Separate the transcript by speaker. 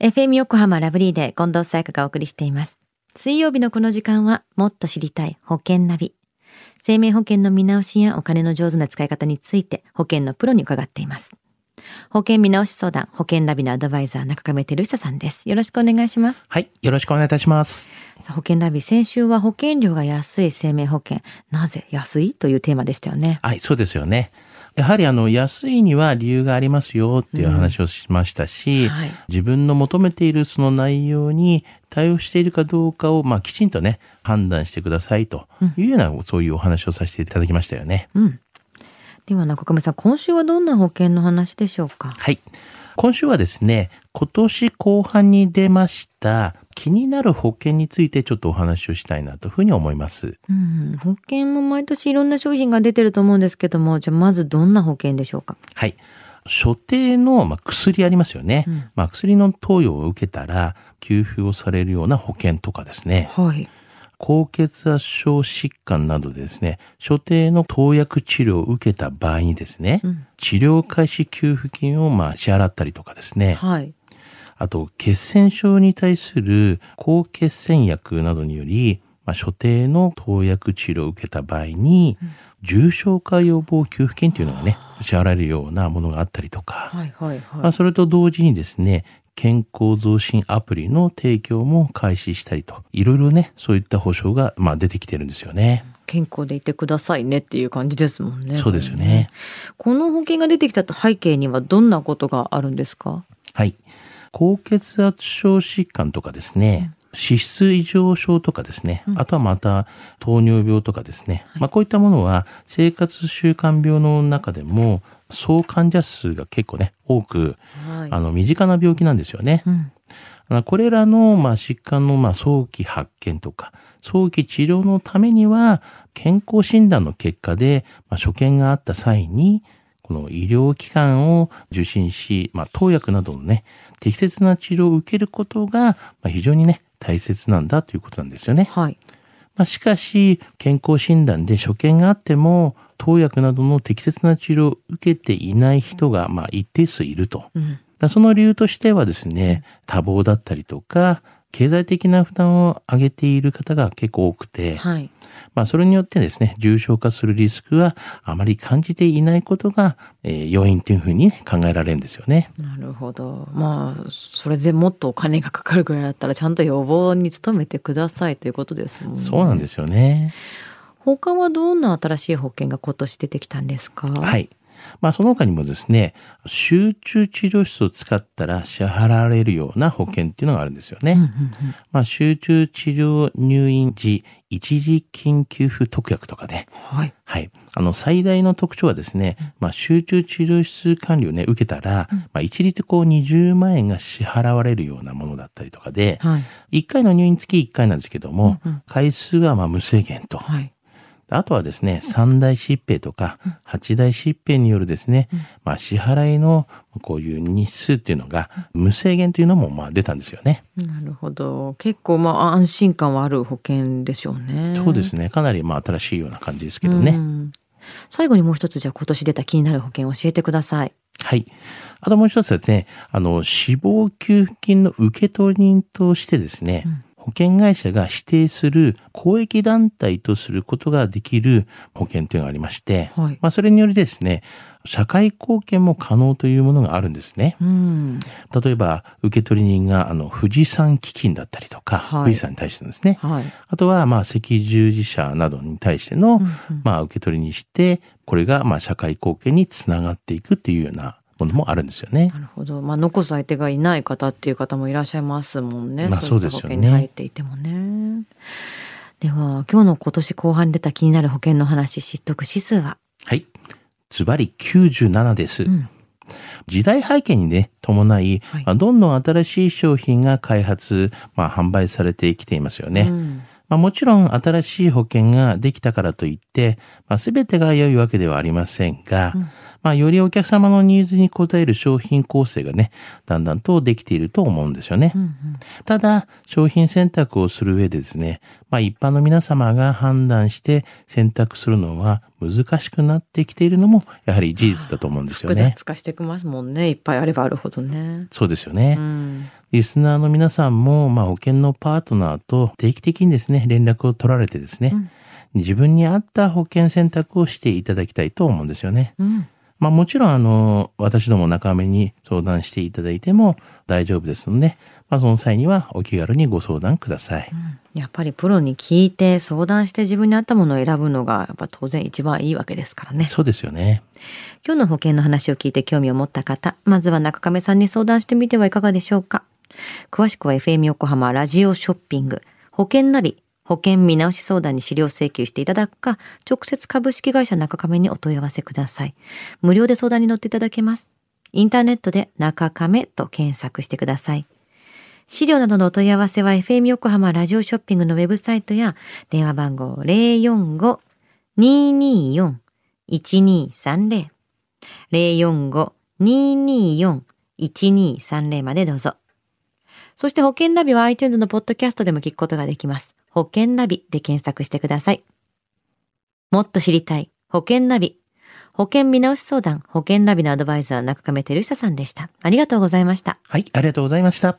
Speaker 1: FM 横浜ラブリーで近藤沙耶香がお送りしています。水曜日のこの時間はもっと知りたい保険ナビ。生命保険の見直しやお金の上手な使い方について保険のプロに伺っています。保険見直し相談、保険ナビのアドバイザー中亀照久さんです。よろしくお願いします。
Speaker 2: はい。よろしくお願いいたします。
Speaker 1: さあ保険ナビ、先週は保険料が安い生命保険、なぜ安いというテーマでしたよね。
Speaker 2: はい、そうですよね。やはりあの、安いには理由がありますよっていう話をしましたし、
Speaker 1: うんはい
Speaker 2: 自分の求めているその内容に対応しているかどうかを、まあ、きちんとね、判断してくださいというような、そういうお話をさせていただきましたよね。
Speaker 1: では中亀さん、今週はどんな保険の話でしょうか
Speaker 2: はい。今週はですね、今年後半に出ました、気になる保険についてちょっとお話をしたいなというふうに思います。
Speaker 1: うん、保険も毎年いろんな商品が出てると思うんですけども、じゃあまずどんな保険でしょうか。
Speaker 2: はい。所定の、まあ、薬ありますよね。まあ、薬の投与を受けたら、給付をされるような保険とかですね。
Speaker 1: はい。
Speaker 2: 高血圧症疾患などでですね、所定の投薬治療を受けた場合にですね、治療開始給付金をまあ支払ったりとかですね、
Speaker 1: はい。
Speaker 2: あと、血栓症に対する抗血栓薬などにより、まあ、所定の投薬治療を受けた場合に、重症化予防給付金というのがね、支払えるようなものがあったりとか、
Speaker 1: はいはいは
Speaker 2: まあ、それと同時にですね、健康増進アプリの提供も開始したりと、いろいろね、そういった保障が、まあ、出てきてるんですよね。
Speaker 1: い。健康でいてくださいねっていう感じですもんね。
Speaker 2: そうですよね。
Speaker 1: この保険が出てきた背景にはどんなことがあるんですか
Speaker 2: はい。高血圧症疾患とかですね、脂質異常症とかですね、あとはまた糖尿病とかですね、まあこういったものは生活習慣病の中でも総患者数が結構ね、多く、
Speaker 1: はい
Speaker 2: あの身近な病気なんですよね。
Speaker 1: うん。
Speaker 2: あのこれらのまあ疾患のまあ早期発見とか早期治療のためには健康診断の結果でまあ所見があった際にこの医療機関を受診し、まあ、投薬などのね適切な治療を受けることがまあ非常にね大切なんだということなんですよね。
Speaker 1: はい。
Speaker 2: まあ、しかし健康診断で所見があっても投薬などの適切な治療を受けていない人がまあ一定数いると。
Speaker 1: うん。
Speaker 2: だその理由としてはですね、多忙だったりとか、経済的な負担を上げている方が結構多くて、
Speaker 1: はい。
Speaker 2: まあそれによってですね、重症化するリスクはあまり感じていないことが、えー要因というふうにね考えられるんですよね。
Speaker 1: なるほど。まあ、それでもっとお金がかかるぐらいだったら、ちゃんと予防に努めてくださいということですもんね。
Speaker 2: そうなんですよね。
Speaker 1: 他はどんな新しい保険が今年出てきたんですか。
Speaker 2: はいい。まあその他にもですね、集中治療室を使ったら支払われるような保険っていうのがあるんですよね。
Speaker 1: うんうんうん
Speaker 2: まあ集中治療入院時一時緊急付特約とかね、
Speaker 1: はい。
Speaker 2: はい。あの、最大の特徴はですね、まあ、集中治療室管理をね、受けたら、まあ、一律こう20万円が支払われるようなものだったりとかで、
Speaker 1: はい。
Speaker 2: 1回の入院月1回なんですけども、回数はまあ無制限と。
Speaker 1: はい。
Speaker 2: あとはですね、三大疾病とか、八大疾病によるですね、まあ、支払いのこういう日数っていうのが、無制限というのもまあ出たんですよね。
Speaker 1: なるほど。結構まあ安心感はある保険でしょうね。
Speaker 2: そうですすね。かなりまあ新しいような感じですけどね。
Speaker 1: 最後にもう一つじゃあ今年出た気になる保険を教えてください。
Speaker 2: はい。あともう一つはですね、あの、死亡給付金の受取人としてですね、保険会社が指定する公益団体とすることができる保険というのがありまして、
Speaker 1: はい
Speaker 2: まあ、それによりですね、社会貢献も可能というものがあるんですね。
Speaker 1: うん。
Speaker 2: 例えば、受取人が、あの、富士山基金だったりとか、
Speaker 1: はい
Speaker 2: 富士山に対してのですね、
Speaker 1: はい。
Speaker 2: あとは、まあ、赤十字社などに対しての、まあ、受け取りにして、これが、まあ、社会貢献につながっていくっていうようなものもあるんですよね
Speaker 1: な。るほど。まあ残す相手がいない方っていう方もいらっしゃいますもんね。
Speaker 2: まあ
Speaker 1: いった
Speaker 2: そうです
Speaker 1: 保
Speaker 2: よね
Speaker 1: 険に入っていてもね。では今日の今年後半に出た気になる保険の話知得指数は。
Speaker 2: はい。ズバリ97です。
Speaker 1: ん
Speaker 2: 時代背景にね、伴い、
Speaker 1: はい
Speaker 2: まあどんどん新しい商品が開発、まあ、販売されてきていますよね。
Speaker 1: うん
Speaker 2: まあ、もちろん新しい保険ができたからといって、まあ、全てが良いわけではありませんが、まあ、よりお客様のニーズに応える商品構成がね、だんだんとできていると思うんですよね。ただ、商品選択をする上でですね、まあ、一般の皆様が判断して選択するのは難しくなってきているのもやはり事実だと思うんですよ
Speaker 1: 複
Speaker 2: ね。
Speaker 1: 雑化してきますもんね。いっぱいあればあるほどね。
Speaker 2: そうですよね。
Speaker 1: うん。
Speaker 2: リスナーの皆さんも、まあ、保険のパートナーと定期的にですね、連絡を取られてですね、
Speaker 1: うん
Speaker 2: 自分に合った保険選択をしていただきたいと思うんですよね。
Speaker 1: うん。
Speaker 2: まあもちろんあの、私ども中目に相談していただいても大丈夫ですので、まあその際にはお気軽にご相談ください。
Speaker 1: やっぱりプロに聞いて相談して自分に合ったものを選ぶのがやっぱ当然一番いいわけですからね。
Speaker 2: そうですよね。
Speaker 1: 今日の保険の話を聞いて興味を持った方、まずは中亀さんに相談してみてはいかがでしょうか。詳しくは FM 横浜ラジオショッピング、保険ナビ、保険見直し相談に資料請求していただくか、直接株式会社中亀にお問い合わせください。無料で相談に乗っていただけます。インターネットで中亀と検索してください。資料などのお問い合わせは FM 横浜ラジオショッピングのウェブサイトや電話番号045-224-1230 045-224-1230までどうぞ。そして保険ナビは iTunes のポッドキャストでも聞くことができます。保険ナビで検索してください。もっと知りたい保険ナビ。保険見直し相談、保険ナビのアドバイザー中亀照久さんでした。ありがとうございました。
Speaker 2: はい、ありがとうございました。